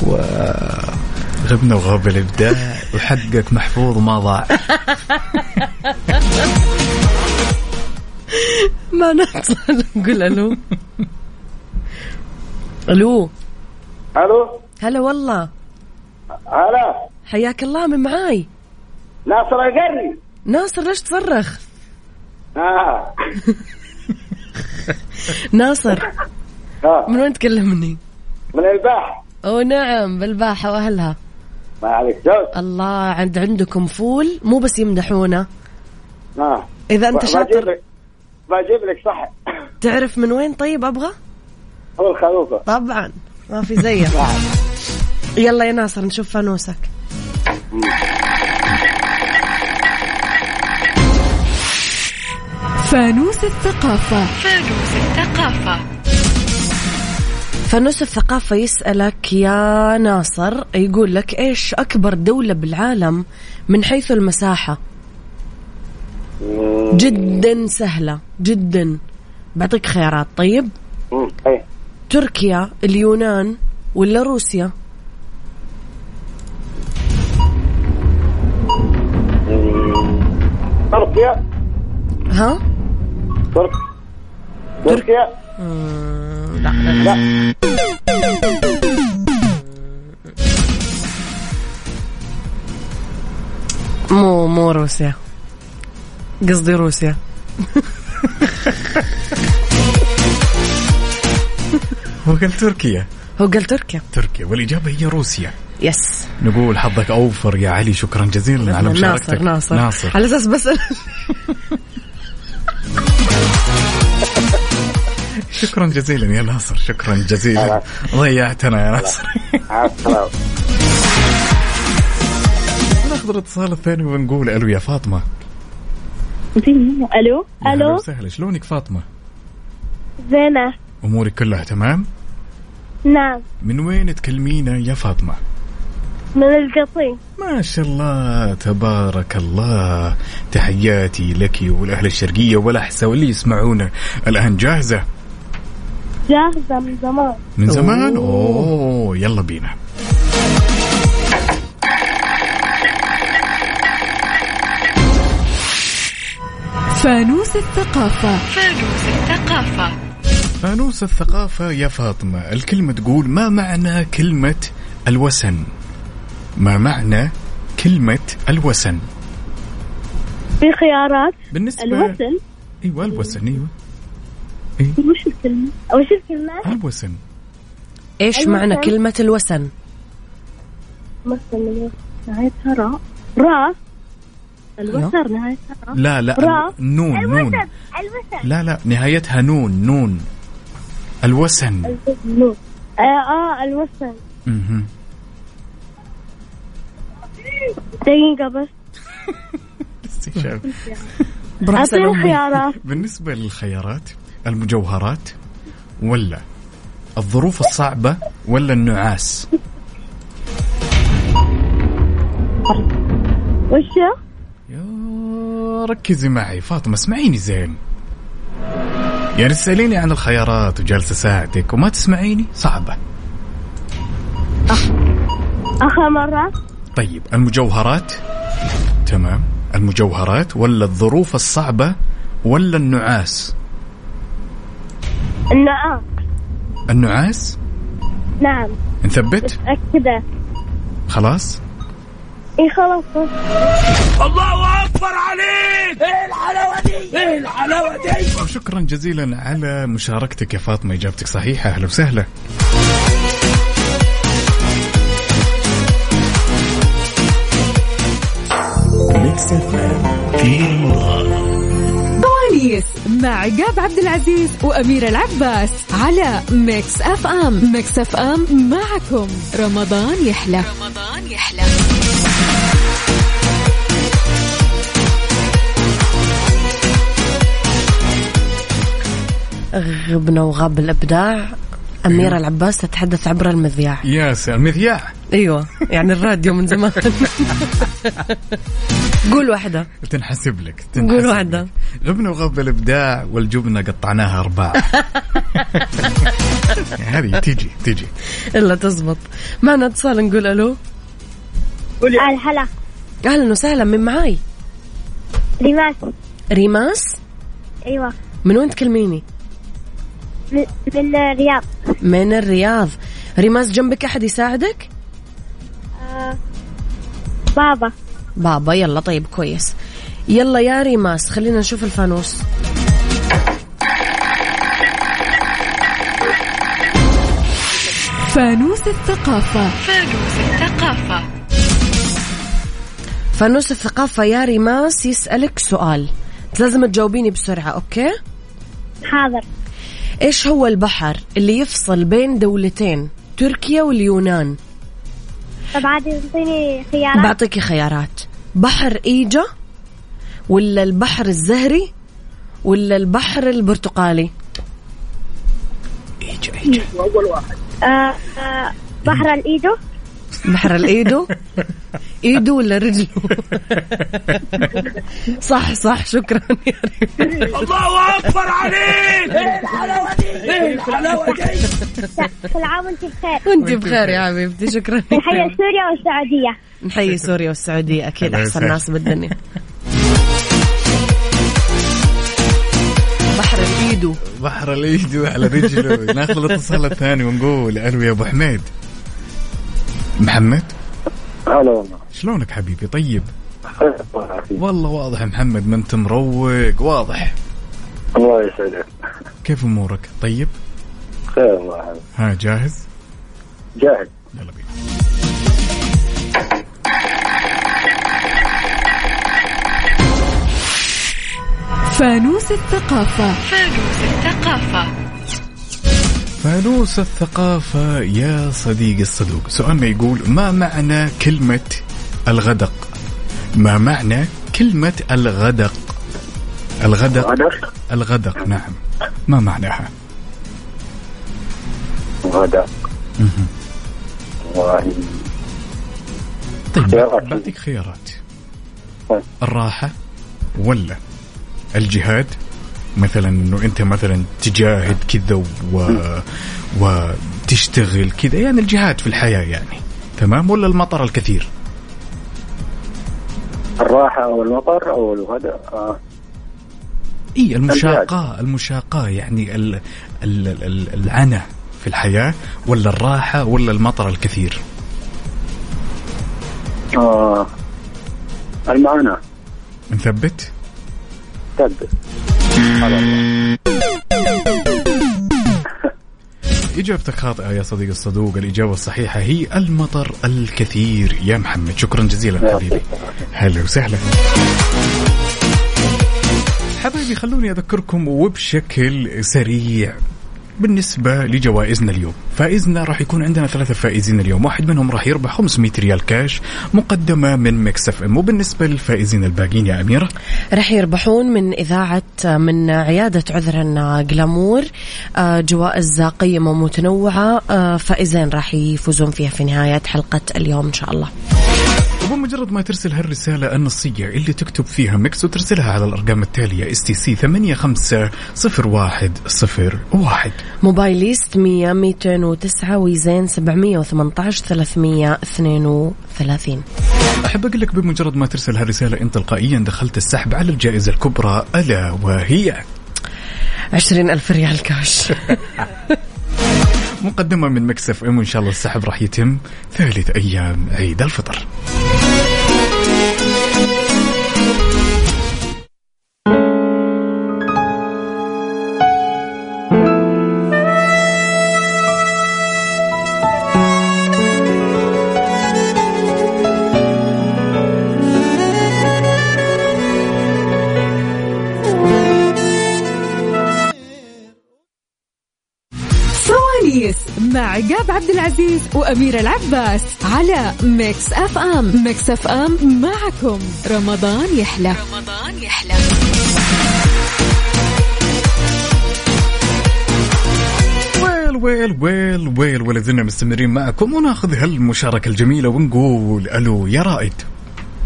E: و غبنا وغاب الابداع وحقك محفوظ ما ضاع
D: ما نطلع نقول الو الو
G: الو
D: هلا والله
G: هلا
D: حياك الله من معاي
G: ناصر القري
D: ناصر ليش تصرخ
G: اه
D: ناصر
G: اه
D: من وين تكلمني
G: من البحر
D: او نعم بالباحه واهلها
G: ما عليك زوج
D: الله عند عندكم فول مو بس يمدحونا
G: اه
D: اذا انت شاطر
G: بجيب لك صح
D: تعرف من وين طيب ابغى
G: هو نعم. الخروفه
D: طبعا ما في زيك يلا يا ناصر نشوف فانوسك
C: فانوس الثقافة
D: فانوس الثقافة يسألك يا ناصر يقول لك ايش أكبر دولة بالعالم من حيث المساحة؟ جدا سهلة جدا بعطيك خيارات طيب؟
G: ايه
D: تركيا، اليونان ولا روسيا؟
G: تركيا
D: ها؟
G: ترك تركيا
D: مو مو روسيا قصدي روسيا
E: هو قال تركيا
D: هو قال تركيا
E: تركيا والإجابة هي روسيا
D: يس
E: نقول حظك أوفر يا علي شكرا جزيلا على مشاركتك
D: ناصر ناصر
E: ناصر
D: على اساس بس
E: شكرا جزيلا يا ناصر شكرا جزيلا ضيعتنا يا ناصر ناخذ الاتصال الثاني ونقول الو يا فاطمه
H: زين الو
E: يا هلا
H: الو
E: وسهلا شلونك فاطمه
H: زينه
E: امورك كلها تمام
H: نعم
E: من وين تكلمينا يا فاطمه
H: من القصيم
E: ما شاء الله تبارك الله تحياتي لك والاهل الشرقيه والاحساء واللي يسمعونا الان جاهزه
H: جاهزه من زمان
E: من زمان اوه يلا بينا
C: فانوس الثقافة
E: فانوس الثقافة يا فاطمة الكلمة تقول ما معنى كلمة الوسن ما معنى كلمة الوسن
H: في خيارات
E: بالنسبة
H: الوسن
E: ايوه الوسن ايوه
H: طيب، وش الكلمه؟ وش الكلمه؟
E: الوسن
D: ايش معنى
H: الوسن.
D: كلمه الوسن
H: مثلا نهايتها راء راء الوتر نهايتها راء
E: لا لا
H: را.
E: ال- نون نون
H: الوتر الوتر
E: لا لا نهايتها نون نون الوسن
H: الوزن. اه اه الوسن
E: مهم.
H: دقيقة بس
E: استشعار.
D: برأس
H: أعطيني
D: الأمي.
H: خيارات
E: بالنسبة للخيارات المجوهرات ولا الظروف الصعبة ولا النعاس
H: وش
E: يا ركزي معي فاطمة اسمعيني زين يعني تسأليني عن الخيارات وجالسة ساعتك وما تسمعيني صعبة
H: آخر مرة
E: طيب المجوهرات تمام المجوهرات ولا الظروف الصعبة ولا النعاس
H: النعام
E: النعاس
H: نعم
E: نثبت
H: أكده
E: خلاص
H: إي إيه، خلاص بس.
I: الله اكبر عليك ايه الحلاوه دي ايه الحلاوه دي
E: شكرا جزيلا على مشاركتك يا فاطمة إجابتك صحيحة أهلا وسهلا
A: ميكس اف ام في رمضان
C: فوانيس مع عقاب عبد العزيز وأميرة العباس على ميكس أف أم ميكس أف أم معكم رمضان يحلى رمضان يحلى
D: غبنا وغاب الابداع اميره العباس تتحدث عبر المذياع
E: يا سلام مذياع
D: ايوه يعني الراديو من زمان قول واحده
E: تنحسب لك تنحسب
D: قول واحده
E: لك. غبنا وغاب الابداع والجبنه قطعناها ارباع هذه تجي تجي
D: الا تزبط معنا اتصال نقول الو
H: الهلا
D: اهلا وسهلا من معاي
H: لماس
D: ريماس
H: أيوة
D: من وين تكلميني
H: من- من الرياض
D: من الرياض ريماس جنبك احد يساعدك
H: آه، بابا
D: بابا يلا طيب كويس يلا يا ريماس خلينا نشوف الفانوس
C: فانوس الثقافة
D: فانوس الثقافة يا ريماس يسألك سؤال لازم تجاوبيني بسرعة أوكي
H: حاضر
D: إيش هو البحر اللي يفصل بين دولتين تركيا واليونان
H: طب عادي تعطيني خيارات
D: بعطيكي خيارات بحر إيجا ولا البحر الزهري ولا البحر البرتقالي
H: آه، آه، بحر الإيدو
D: بحر الايدو ايدو ولا رجله صح صح شكرا يا ريم
I: الله اكبر عليك ايه الحلاوه دي ايه الحلاوه دي
H: كل عام وأنت بخير
D: وانت بخير يا حبيبتي شكرا
H: نحيي سوريا والسعودية
D: نحيي سوريا والسعودية أكيد
E: الله
D: أحسن
E: يسعدك.
D: ناس بالدنيا بحر الإيدو
E: بحر الايد على رجله ناخذ الاتصال الثاني ونقول الو يا ابو حميد محمد
J: هلا والله
E: شلونك حبيبي طيب والله واضح يا محمد ما انت مروق واضح
J: الله يسعدك
E: كيف امورك طيب
K: خير الله يعافيك
E: ها جاهز؟
K: جاهز
E: يلا بينا
C: فانوس الثقافة فانوس الثقافة
E: فانوس الثقافة يا صديقي الصدوق سؤالنا يقول ما معنى كلمة الغدق ما معنى كلمة الغدق الغدق
K: غدق
E: الغدق نعم ما معناها
K: غدق
E: مهم.
K: والله
E: طيب
K: خيارات.
E: بعطيك خيارات
K: طيب.
E: الراحة ولا الجهاد مثلا انه انت مثلا تجاهد كذا و... وتشتغل كذا يعني الجهاد في الحياة يعني تمام ولا المطر الكثير
K: الراحة أو المطر أو الغدق آه.
E: اي المشاقة المشاقة يعني ال... ال... ال... العنى في الحياة ولا الراحة ولا المطر الكثير
K: آه. المعنى
E: نثبت
K: ثبت
E: إجابتك خاطئة يا صديقي الصدوق الإجابة الصحيحة هي المطر الكثير يا محمد شكرا جزيلا حبيبي هلا وسهلا حبايبي خلوني أذكركم وبشكل سريع بالنسبة لجوائزنا اليوم فائزنا راح يكون عندنا ثلاثة فائزين اليوم واحد منهم راح يربح 500 ريال كاش مقدمة من ميكس اف ام وبالنسبة للفائزين الباقيين يا أميرة
D: رح يربحون من إذاعة من عيادة عذرا جلامور آه، جوائز قيمة متنوعة آه، فائزين راح يفوزون فيها في نهاية حلقة اليوم إن شاء الله
E: وبمجرد ما ترسل هالرسالة النصية اللي تكتب فيها ميكس وترسلها على الأرقام التالية اس تي سي 850101
D: موبايليست 100 209 ويزين 718 332
E: أحب أقول لك بمجرد ما ترسل هالرسالة أنت تلقائيا دخلت السحب على الجائزة الكبرى ألا وهي
D: 20 ألف ريال كاش
E: مقدمة من ميكس اف ام وإن شاء الله السحب راح يتم ثالث أيام عيد الفطر
C: سواليس مع عقاب عبد العزيز وأميرة العباس على ميكس أف أم ميكس أف أم معكم رمضان يحلى رمضان يحلى
E: ويل ويل ويل ويل ولا زلنا مستمرين معكم وناخذ هالمشاركة الجميلة ونقول ألو يا رائد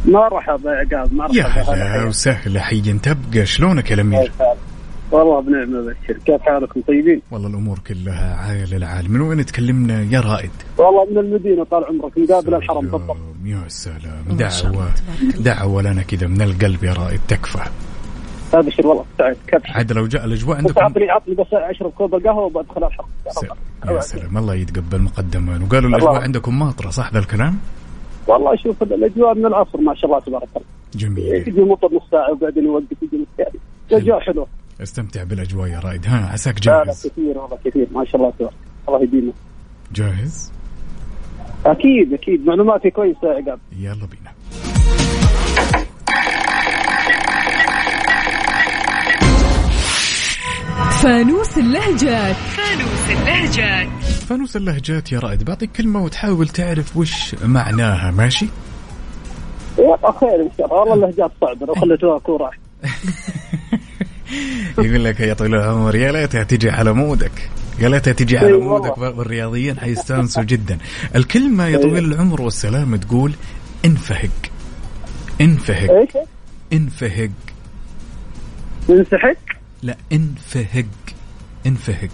G: مرحبا يا عقاب مرحبا
E: يا هلا وسهلا حيا تبقى شلونك يا أمير
G: والله بنعمة بشر كيف حالكم طيبين؟
E: والله الامور كلها عايله العال من وين تكلمنا يا رائد
G: والله من المدينة طال عمرك مقابل الحرم بالضبط
E: يا سلام دعوه دعوه لنا كذا من القلب يا رائد تكفى
G: ابشر والله سعد كبش
E: عاد لو جاء الاجواء
G: بس
E: عندكم
G: عطني عطني بس اشرب كوب القهوة وبدخل الحرم
E: يا سلام الله يتقبل مقدما وقالوا الاجواء
G: الله.
E: عندكم ماطره صح ذا الكلام
G: والله شوف الاجواء من العصر ما شاء الله تبارك الله
E: جميل
G: يجي مطر نص ساعة وبعدين يوقف يجي نص ساعة الاجواء حلوة
E: استمتع بالاجواء يا رائد ها عساك
G: لا لا
E: جاهز
G: كثير والله كثير ما شاء الله تبارك الله يديمه
E: جاهز
G: اكيد اكيد معلوماتي كويسة يا عقاب
E: يلا بينا
C: فانوس اللهجات فانوس اللهجات
E: فانوس اللهجات يا رائد بعطيك كلمه وتحاول تعرف وش معناها ماشي
G: يلا خير ان شاء الله والله اللهجات صعبة لو خليتوها كورة
E: يقول لك يا طويل العمر يا ليتها تجي على مودك يا ليتها تجي على
G: أيوة
E: مودك والرياضيين حيستانسوا جدا الكلمة
G: أيوة.
E: يا طويل العمر والسلام تقول انفهق انفهق
G: ايش؟
E: انفهق
G: انسحق
E: لا انفهق انفهق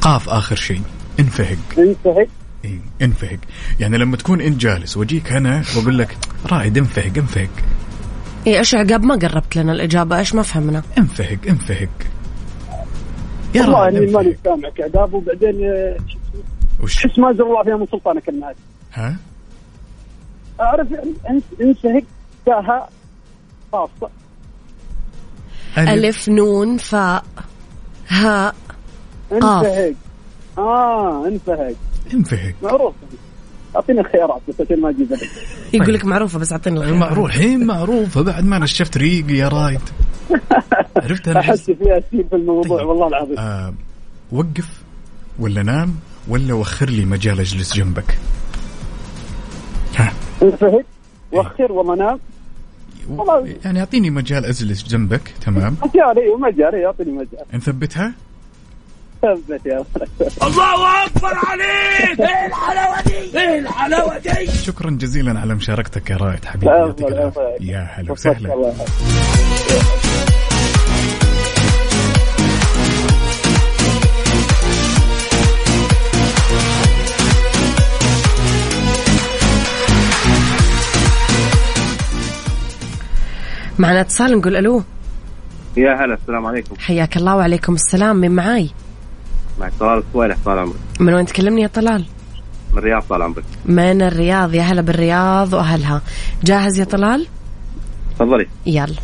E: قاف آخر شيء انفهق
G: انسحق
E: إيه، انفهق يعني لما تكون انت جالس واجيك انا واقول لك رائد انفهق انفهق
D: إيه إيش عقاب ما قربت لنا الإجابة إيش ما فهمنا
E: انفهق انفهق يا
G: والله
E: رائد
G: يعني اني
E: انفهق
G: ماني سامعك يا عقاب وبعدين آه،
E: وش
G: احس ما زال الله فيها من سلطانك النهارده
E: ها
G: اعرف أن- انسحق تاها خاصة
D: ألف نون فاء هاء قاف.
G: انسحق آه،
K: اه انفهد
E: انفهد
K: معروف اعطيني الخيارات بس عشان ما اجيب أبد.
D: يقول لك معروفه بس اعطيني
K: يعني.
D: الخيارات
E: معروف الحين معروفه بعد ما نشفت ريقي يا رايد عرفت انا
K: احس فيها شيء في الموضوع والله العظيم
E: آه وقف ولا نام ولا وخر لي مجال اجلس جنبك
K: انفهد وخر ومنام والله
E: يعني اعطيني مجال اجلس جنبك تمام
K: مجال ايوه مجال ايوه اعطيني مجال
E: نثبتها
K: ثبت يا ولد.
I: الله اكبر عليك ايه الحلاوه دي ايه الحلاوه دي
E: شكرا جزيلا على مشاركتك يا رايد حبيبي
K: لا،
E: يعطيك
K: أفضل،
E: العافية.
K: أفضل.
E: يا هلا
K: وفقك
E: وسهلا
K: الله.
D: معنا اتصال نقول الو
L: يا هلا السلام عليكم
D: حياك الله وعليكم السلام من معاي
L: معك طلال الصوالح طال عمرك
D: من وين تكلمني يا طلال
L: من الرياض طال عمرك
D: من الرياض يا هلا بالرياض واهلها جاهز يا طلال
L: تفضلي
D: يلا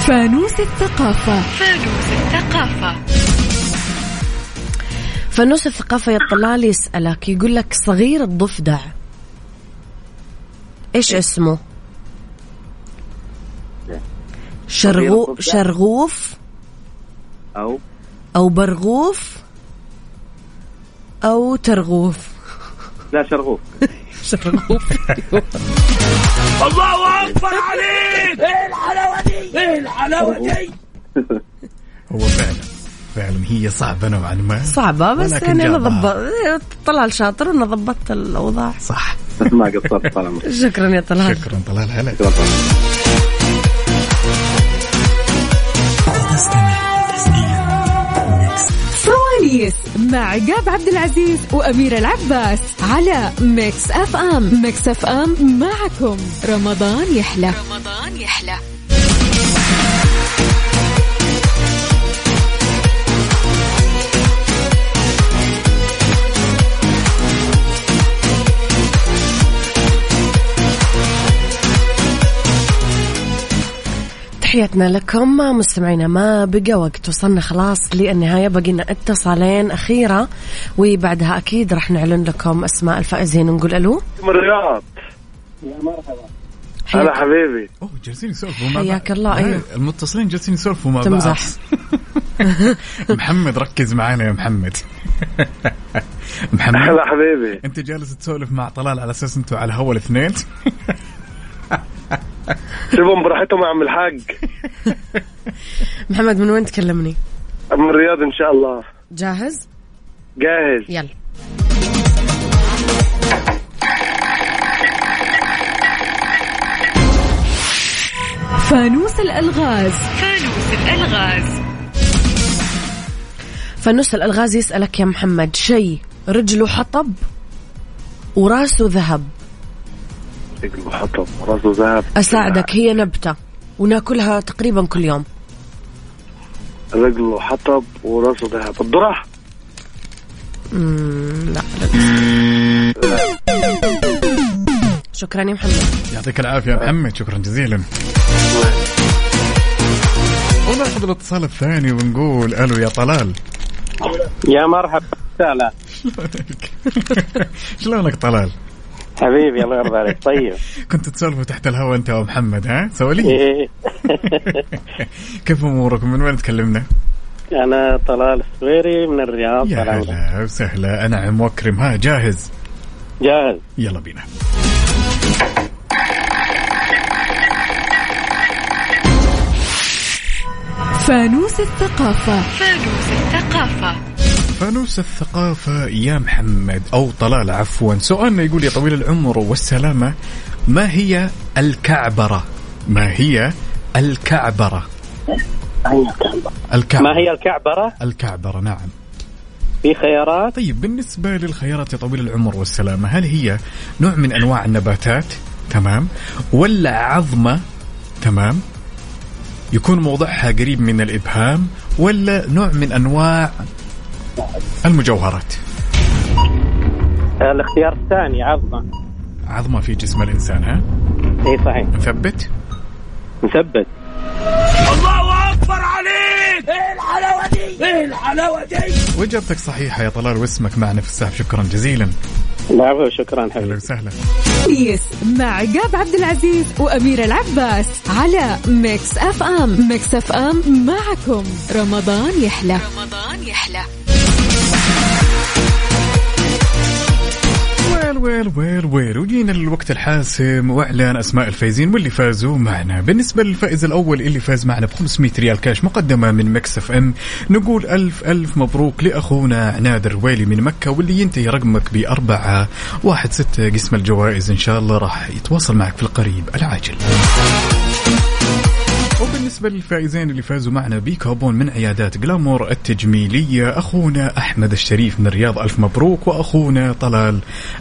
C: فانوس الثقافة
D: فانوس الثقافة يا طلال يسألك يقول لك صغير الضفدع ايش
L: إيه.
D: اسمه؟ شرغو
L: الضفدع.
D: شرغوف
L: او
D: او برغوف او ترغوف
L: لا شرغوف
D: شرغوف
I: الله اكبر عليك ايه الحلاوه دي ايه الحلاوه دي
E: هو فعلا فعلا هي صعبه نوعا ما
D: صعبة بس
E: ولكن
D: يعني انا
E: جابها.
D: ضبط طلال شاطر وانا ضبطت الاوضاع
E: صح
L: ما قصرت طال عمرك
D: شكرا يا طلال
E: شكرا طلال هلا
L: شكراً طال عمرك.
C: سواليس مع عقاب عبد العزيز وأميرة العباس على ميكس أف أم ميكس أف أم معكم رمضان يحلى رمضان يحلى
D: تحياتنا لكم مستمعينا ما بقى وقت وصلنا خلاص للنهاية بقينا اتصالين أخيرة وبعدها أكيد راح نعلن لكم أسماء الفائزين نقول ألو
M: من الرياض
K: يا مرحبا
M: هلا حبيبي
E: اوه جالسين يسولفوا مع
D: حياك
E: بعض.
D: الله،
E: لا،
D: أيوه.
E: المتصلين جالسين يسولفوا مع بعض
D: تمزح.
E: محمد ركز معانا يا محمد محمد
M: هلا حبيبي
E: انت جالس تسولف مع طلال على اساس انتوا على هوا الاثنين
M: سيبهم براحتهم يا عم الحاج
D: محمد من وين تكلمني
M: من الرياض ان شاء الله
D: جاهز
M: جاهز
D: يلا
C: فانوس الألغاز
D: فانوس الألغاز فانوس الألغاز يسألك يا محمد شيء رجله حطب وراسه ذهب
M: رجله حطب وراسه ذهب
D: أساعدك هي نبتة وناكلها تقريبا كل يوم
M: رجله حطب وراسه ذهب الذره
D: مم، لا شكرا يا محمد
E: يعطيك العافيه يا محمد شكرا جزيلا وناخذ الاتصال الثاني ونقول الو يا طلال
N: يا مرحبا هلا
E: شلونك؟ شلونك طلال؟
N: حبيبي الله يرضى عليك طيب
E: كنت تسولفوا تحت الهواء انت ومحمد ها؟ سواليف
N: إيه.
E: كيف اموركم؟ من وين تكلمنا؟
N: انا طلال السويري من الرياض
E: يا
N: طال عمرك.
E: هلا وسهلا انا عم وكرم ها جاهز؟
N: جاهز
E: يلا بينا
C: فانوس الثقافة فانوس الثقافة
E: فانوس الثقافة يا محمد أو طلال عفوا سؤالنا يقول يا طويل العمر والسلامة ما هي الكعبرة ما هي الكعبرة الكعبرة
N: ما هي الكعبره
E: الكعبرة نعم
N: في خيارات
E: طيب بالنسبة للخيارات يا طويل العمر والسلامة هل هي نوع من أنواع النباتات تمام ولا عظمة تمام يكون موضعها قريب من الإبهام ولا نوع من أنواع المجوهرات
N: الاختيار الثاني عظمه
E: عظمة في جسم الإنسان ها
N: اي إيه، صحيح
E: نثبت
N: مثبت
I: الله اكبر عليك ايه الحلاوه دي ايه الحلاوه دي
E: واجابتك صحيحه يا طلال واسمك معنا في السحب شكرا جزيلا
N: العفو وشكرا
E: حبيبي وسهلا
C: ميس مع عقاب عبد العزيز وأميرة العباس على ميكس أف أم ميكس أف أم معكم رمضان يحلى رمضان يحلى
E: ويل ويل ويل ويل وجينا للوقت الحاسم واعلان اسماء الفايزين واللي فازوا معنا بالنسبه للفائز الاول اللي فاز معنا ب 500 ريال كاش مقدمه من مكس اف ام نقول الف الف مبروك لاخونا عناد الرويلي من مكه واللي ينتهي رقمك ب 4 1 6 قسم الجوائز ان شاء الله راح يتواصل معك في القريب العاجل وبالنسبة للفائزين اللي فازوا معنا بكوبون من عيادات جلامور التجميلية أخونا أحمد الشريف من الرياض ألف مبروك وأخونا طلال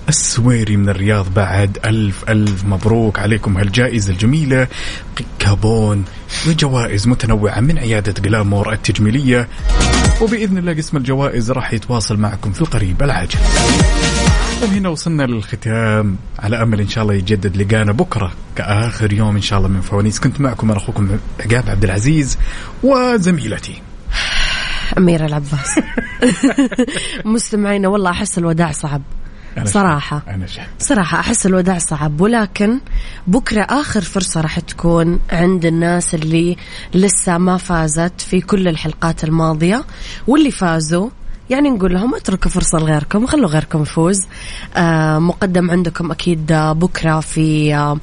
E: السويري من الرياض بعد ألف ألف مبروك عليكم هالجائزة الجميلة كابون وجوائز متنوعة من عيادة جلامور التجميلية وبإذن الله قسم الجوائز راح يتواصل معكم في القريب العاجل وهنا طيب، وصلنا للختام على امل ان شاء الله يتجدد لقانا بكره كاخر يوم ان شاء الله من فوانيس كنت معكم انا اخوكم عقاب عبد العزيز وزميلتي
D: أميرة العباس مستمعينا والله أحس الوداع صعب
E: أنا شايف.
D: صراحة
E: انا شاهد
D: صراحة أحس الوداع صعب ولكن بكرة آخر فرصة راح تكون عند الناس اللي لسه ما فازت في كل الحلقات الماضية واللي فازوا يعني نقول لهم اتركوا فرصة لغيركم خلوا غيركم يفوز آه مقدم عندكم أكيد آه، بكرة في آه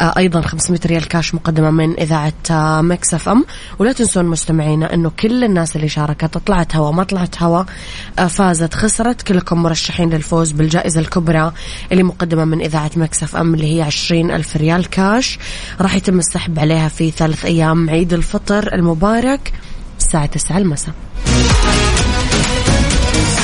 D: آه أيضا 500 ريال كاش مقدمة من إذاعة آه مكس اف ام ولا تنسون مستمعينا أنه كل الناس اللي شاركت طلعت هوا ما طلعت هوا آه فازت خسرت كلكم مرشحين للفوز بالجائزة الكبرى اللي مقدمة من إذاعة مكس اف ام اللي هي 20 ألف ريال كاش راح يتم السحب عليها في ثلاث أيام عيد الفطر المبارك الساعة 9 المساء